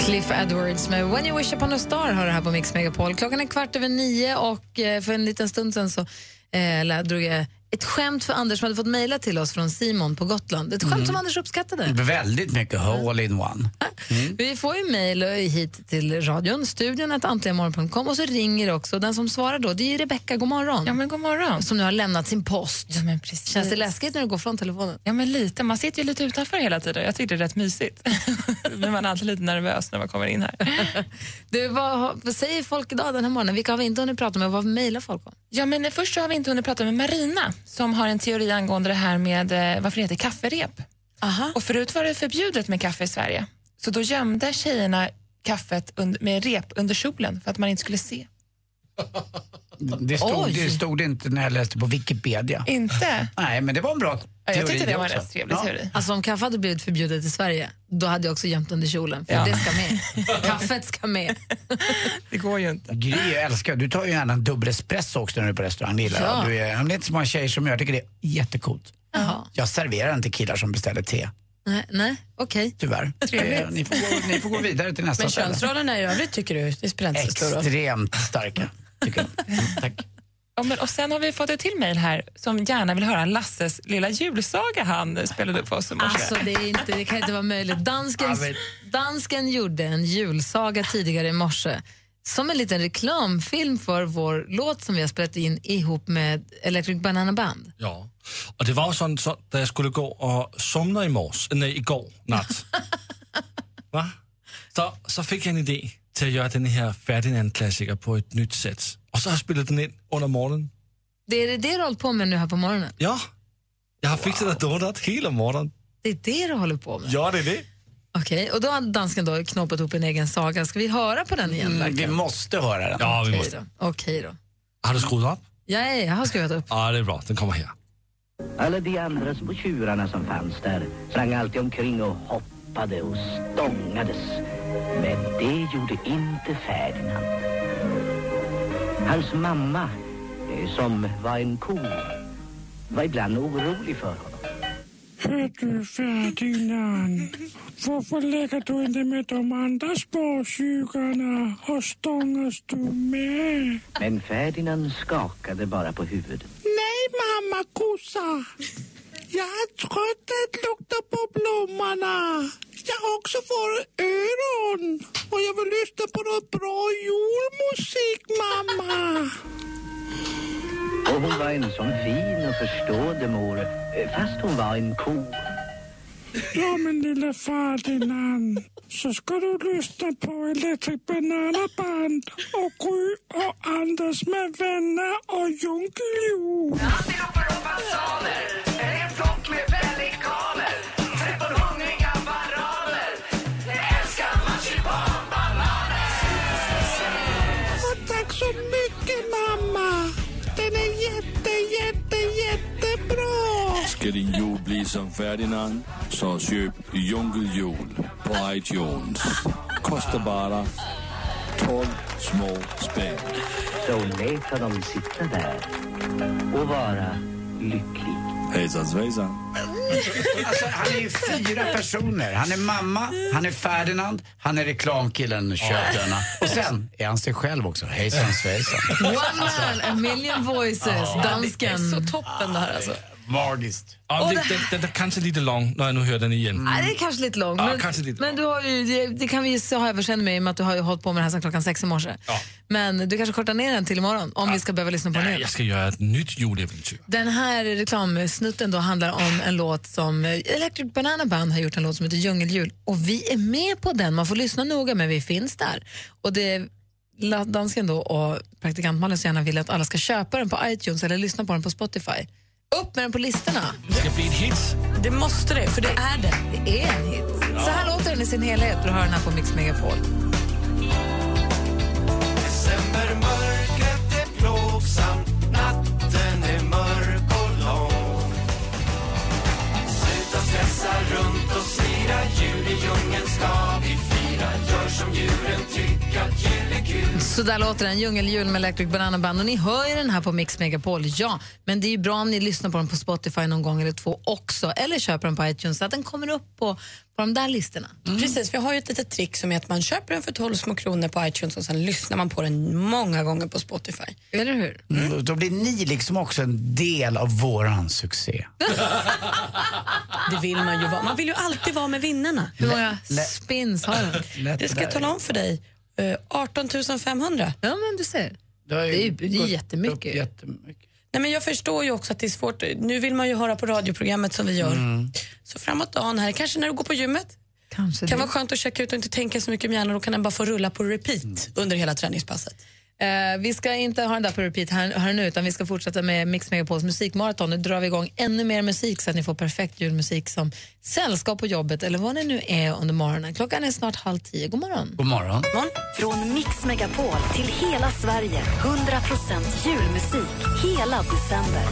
Cliff Edwards med When You Wish Upon a Star har det här på Mix Megapol. Klockan är kvart över nio och eh, för en liten stund sen så eh, lä- drog jag ett skämt för Anders som hade fått mejla till oss från Simon på Gotland. Ett skämt Mm. som Anders uppskattade. Väldigt mycket hole in one. Vi får ju mejl eh, hit till radion, studion att antligenmorgon.com och så ringer det också. Den som svarar då, det är ju Rebecka, god morgon. Ja, men god morgon. Som nu har lämnat sin post. Ja, men precis. Känns det läskigt när du går från telefonen? Ja, men lite. Man sitter ju lite utanför hela tiden. Jag tycker det är rätt mysigt. men man är alltid lite nervös när man kommer in här. Du, vad, har- vad säger folk idag den här morgonen? Vilka har vi inte hunnit prata med och vad mejlar folk om? Ja, men först så har vi inte hunnit prata med Marina som har en teori angående det här med eh, varför det heter kafferep. Och förut var det förbjudet med kaffe i Sverige. Så då gömde tjejerna kaffet und- med rep under kjolen för att man inte skulle se. Det stod, Oj. det stod det inte när jag läste på Wikipedia. Inte? Nej, men det var en bra teori. också. Ja. Alltså om kaffe hade blivit förbjudet i Sverige, då hade jag också gömt under kjolen. För Ja. det ska med. Kaffet ska med. Det går ju inte. Gry, jag älskar Du tar ju gärna en dubbel espresso också när du är på restaurang. Det gillar Ja. jag. Du är, men det är inte så många tjejer som jag. Jag tycker det är jättecoolt. Jaha. Jag serverar inte killar som beställer te. Nej, nej okej. Tyvärr. Trevligt. Eh, Ni får, gå, ni får gå vidare till nästa Men ställe. könsrollerna i övrigt tycker du, det spelar inte så stor roll? Extremt starka. Ja, men, och sen har vi fått ett till mejl här som gärna vill höra Lasses lilla julsaga han spelade upp för oss i morse. Alltså det, är inte, det kan inte vara möjligt. Dansken, Ja, dansken gjorde en julsaga tidigare i morse som en liten reklamfilm för vår låt som vi har spelat in ihop med Electric Banana Band. Ja, och det var ju sådan, så, da jeg skulle gå og somna i mors, nej, igår nat, Va? Så, så fik jeg en idé til at gøre den her Ferdinand-klassiker på et nyt sæt. Og så har jeg spillet den ind under morgenen. Det är det, det du har hållit på med nu här på morgonen? Ja, jeg har fikset wow. og donut hele morgenen. Det är det du håller på med? Ja, det er det. Okej, och då har dansken då knoppat ihop en egen saga. Ska vi höra på den igen? Mm, vi verkligen? måste höra den. Ja, vi Okej måste. då. Okej då. Har du skruet op? Ja, ja, jag har skruvat upp. Ja, det er bra. Den kommer her. Alla de andra små tjurarna som fanns där sprang alltid omkring och hoppade och stångades. Men det gjorde inte Ferdinand. Hans mamma, eh, som var en ko, var ibland orolig för honom. Hör du Ferdinand, varför lägger du inte med de andra spårtjuvarna och stångas du med? Men Ferdinand skakade bara på huvudet. Nej, mamma kossa. Jag är trött att lukta på blommorna. Jag också får öron. Och jag vill lyssna på något bra julmusik, mamma. Och hon var en sån fin och förstående mor, eh, fast hon var en ko. Ja, men lille Ferdinand, så ska du lyssna på Electric Banana Band och Gry och Anders med vänner och Junkeljo. Och tack så mycket, mamma. Den är jätte, jätte, jättebra. Skal din jul blive som Ferdinand, så køb Junkeljul på iTunes. Koster bare 12 små spänn. Så lät honom sitta där och vara lycklig. Hejsan svejsan. Alltså, han är ju fyra personer. Han är mamma, han är Ferdinand, han är reklamkillen, kötterna. Och sen är han sig själv också. Hejsan svejsan. One man, a million voices, dansken. Det är så toppen det här alltså. Magiskt. Og Åh, det, det den, den er kanskje litt lang, når jeg nu hører den igen. Nej, det är kanske lite långt. Ja, men kanske lite men du har ju, det, det kan vi ju ha överseende med i och med att du har ju hållit på med det här sedan klockan sex i morse. Men du kanske kortar ner den till imorgon om vi ska behöva lyssna på den igen. Jeg skal gøre et nyt juleeventyr. Den här reklamsnutten då handlar om en låt som eh, Electric Banana Band har gjort en låt som heter Djungeljul och vi är med på den. Man får lyssna noga men vi finns där. Och det la- dansken då och praktikant Malin så gärna vill att alla ska köpa den på iTunes eller lyssna på den på Spotify. Upp med den på listorna. Det skal blive et hit. Det måste det, för det är det. Det är en hit. Så här låter den i sin helhet. Du hör den här på Mix Megapol. Decembermörkret är plågsamt, natten är mörk och lång. Sluta stressa runt och fira jul i djungeln ska vi fira. Gör som djuren tycker att jul är Så där låter den, Djungeljul med Electric Banana Band. Och ni hör ju den här på Mix Megapol, ja. Men det är ju bra om ni lyssnar på den på Spotify någon gång eller två också. Eller köper den på iTunes så att den kommer upp på, på de där listorna. Mm. Precis, vi har ju ett litet trick som är att man köper den för 12 små kronor på iTunes och sen lyssnar man på den många gånger på Spotify. Eller hur? Mm. Då blir ni liksom också en del av våran succé. Det vill man ju vara. Man vill ju alltid vara med vinnarna. Hur många spins har den? Det ska jag tala om för dig. Eh, 18 500. Ja, men du ser. Det är ju det är jättemycket. Nej, men jag förstår ju också att det är svårt. Nu vill man ju höra på radioprogrammet som vi gör. Mm. Så framåt dagen här, kanske när du går på gymmet. Kanske kan det. vara skönt att checka ut och inte tänka så mycket om hjärnan. Då kan den bara få rulla på repeat Mm. under hela träningspasset. Eh, vi ska inte ha den där på repeat här, här nu utan vi ska fortsätta med Mix Megapols musikmaraton. Nu drar vi igång ännu mer musik så att ni får perfekt julmusik som sällskap på jobbet eller vad ni nu är under morgonen. Klockan är snart halv tio. God morgon. God morgon. Från Mix Megapol till hela Sverige. 100% julmusik hela december.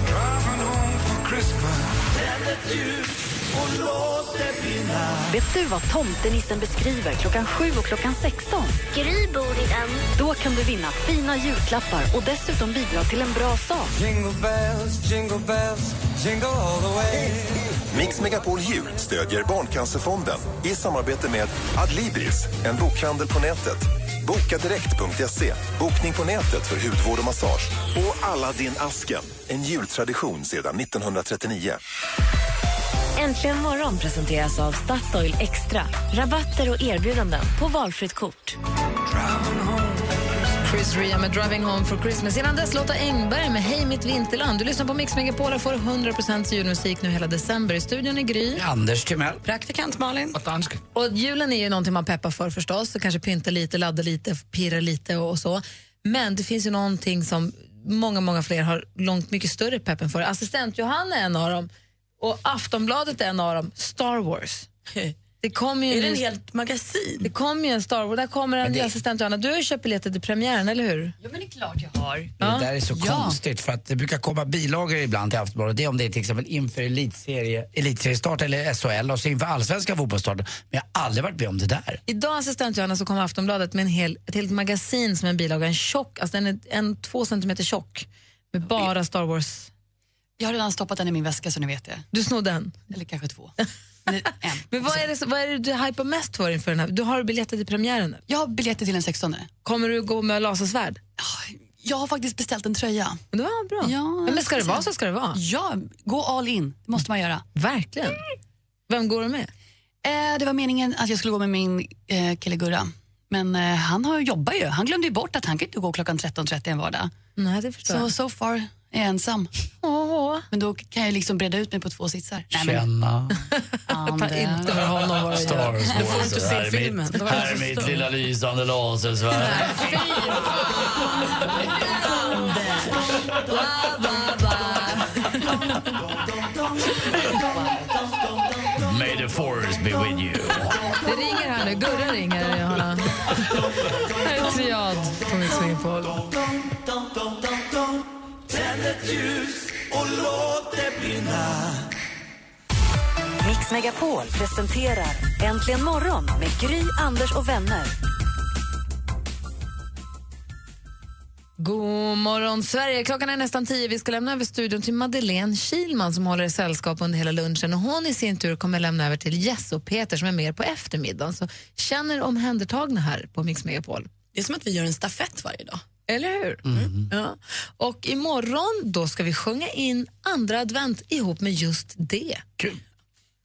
Vet du vad tomtenissen beskriver klockan 7 och klockan 16? Gry bor i den. Då kan du vinna fina julklappar och dessutom bidra till en bra sak. Jingle bells, jingle bells, jingle all the way. Mix Megapol Jul stödjer Barncancerfonden i samarbete med Adlibris, en bokhandel på nätet. Bokadirekt.se, E. bokning på nätet för hudvård och massage. Och Aladdin Asken, en jultradition sedan 1939. Äntligen morgon presenteras av Statoil Extra. Rabatter och erbjudanden på valfritt kort. Chris Ria med Driving Home for Christmas. Innan dess Lotta Engberg med Hej mitt vinterland. Du lyssnar på Mix Megapol och får 100% julmusik nu hela december. I studion är Gry. Anders Timell. Praktikant Malin. Och dansk. Och julen är ju någonting man peppar för förstås. Så kanske pynta lite, ladda lite, pirra lite och, och så. Men det finns ju någonting som många, många fler har långt mycket större peppen för. Assistent Johanna är en av dem och Aftonbladet är en av dem. Star Wars. Det kommer ju Är det nu- en helt magasin? Det kommer ju en Star Wars. Där kommer en Men det- assistent Johanna. Du har ju köpt biljetter till premiären, eller hur? Ja, men det är klart jag har. Ja. Det där är så Ja. konstigt för att det brukar komma bilagor ibland till Aftonbladet. Det är om det är till exempel inför elitserie, elitseriestart eller SHL och så inför allsvenska fotbollsstarten. Men jag har aldrig varit med om det där. Idag, assistent Johanna, så kommer Aftonbladet med en hel, ett helt magasin som en bilaga. En tjock, alltså den är en två centimeter tjock. Med bara Star Wars. Jag har redan stoppat den i min väska så ni vet det. Du snodde en. Eller kanske två. Men vad är, det, som- vad är det du hypar mest för inför den här? Du har biljetter till premiären? Eller? Jag har biljetter till den 16. Kommer du gå med lasersvärd? Jag har faktiskt beställt en tröja. Det var bra. Ja, men ska det vara så ska det vara. Ja, gå all in. Det måste man göra. Verkligen. Vem går du med? Eh, det var meningen att jag skulle gå med min eh, kille Gurra. Men eh, han har jobbar ju. Han glömde ju bort att han kan inte gå klockan 13.30 en vardag. Nej, det förstår Så jag. so far är jag ensam. Men då kan jag liksom breda ut mig på två sitsar. Nej, men, Tjena. Anders. inte med honom vad Star Wars Du får inte se filmen. Det var här så stort. lysande lasersvärd. May the force be with you. Det ringer här nu. Gurra ringer, Johanna. Här är Triad på Mix Megapol. Tänd ett ljus och låt det brinna Mix Megapol presenterar Äntligen morgon med Gry, Anders och vänner. God morgon, Sverige. Klockan är nästan tio. Vi ska lämna över studion till Madeleine Kilman som håller i sällskap under hela lunchen. Och hon i sin tur kommer lämna över till Jess och Peter som är med på eftermiddagen. Så känner omhändertagna här på Mix Megapol. Det är som att vi gör en stafett varje dag. Eller hur? Mm. Mm. Ja. Och imorgon då ska vi sjunga in andra advent ihop med just det. Kul.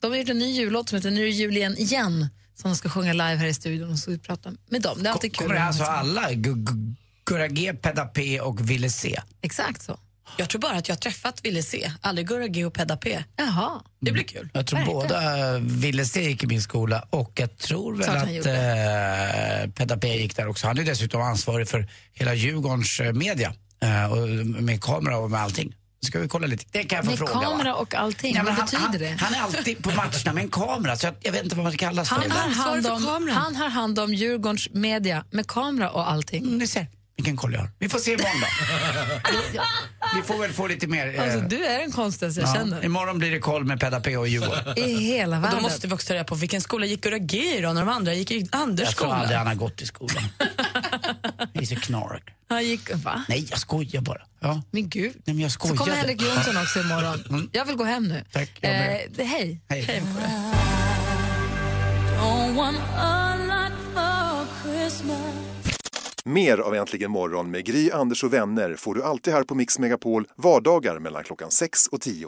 De har gjort en ny jullåt som heter Nu är det jul igen, igen som de ska sjunga live här i studion och så ska vi prata med dem. Det är alltid kul. Kommer det alltså alla? Gu- gu- Gurra G, Pedda P och Ville C. Exakt så. Jag tror bara att jag har träffat Ville C, aldrig Gurra G och Pedda P. Jaha. Det blir kul. Mm. Jag tror båda Ville C gick i min skola och jag tror väl Klart han att gjorde. eh, Pedda P gick där också. Han är dessutom ansvarig för hela Djurgårdens eh, media. Eh, och med kamera och med allting. Ska vi kolla lite? Det kan jag få Med fråga va? kamera och allting, Nej, men vad han, betyder han, det? Han är alltid på matcherna med en kamera så jag, jag vet inte vad man kallas för. Han har, hand om, han har hand om Djurgårdens media med kamera och allting. Mm, ser. Vilken koll jag har. Vi får se imorgon då. Vi får väl få lite mer... eh, Alltså, du är den konstigaste jag ja. känner. Imorgon blir det koll med Pedda P och Djurgården. I hela Och världen. då måste vi också ta reda på vilken skola gick Gurra G i då när de andra gick i Anders Jag tror skola. aldrig han har gått i skolan. He's a knark. Han gick, va? Nej, jag skojar bara. Ja. Men gud. Nej, men jag skojade. Så kommer Henrik Jonsson också imorgon. Jag vill gå hem nu. Mm. Tack, jag med. Eh, hej. Hej. Hej på dig. Don't want a lot for Christmas. Mer av Äntligen morgon med Gry, Anders och vänner får du alltid här på Mix Megapol vardagar mellan klockan 6 och 10.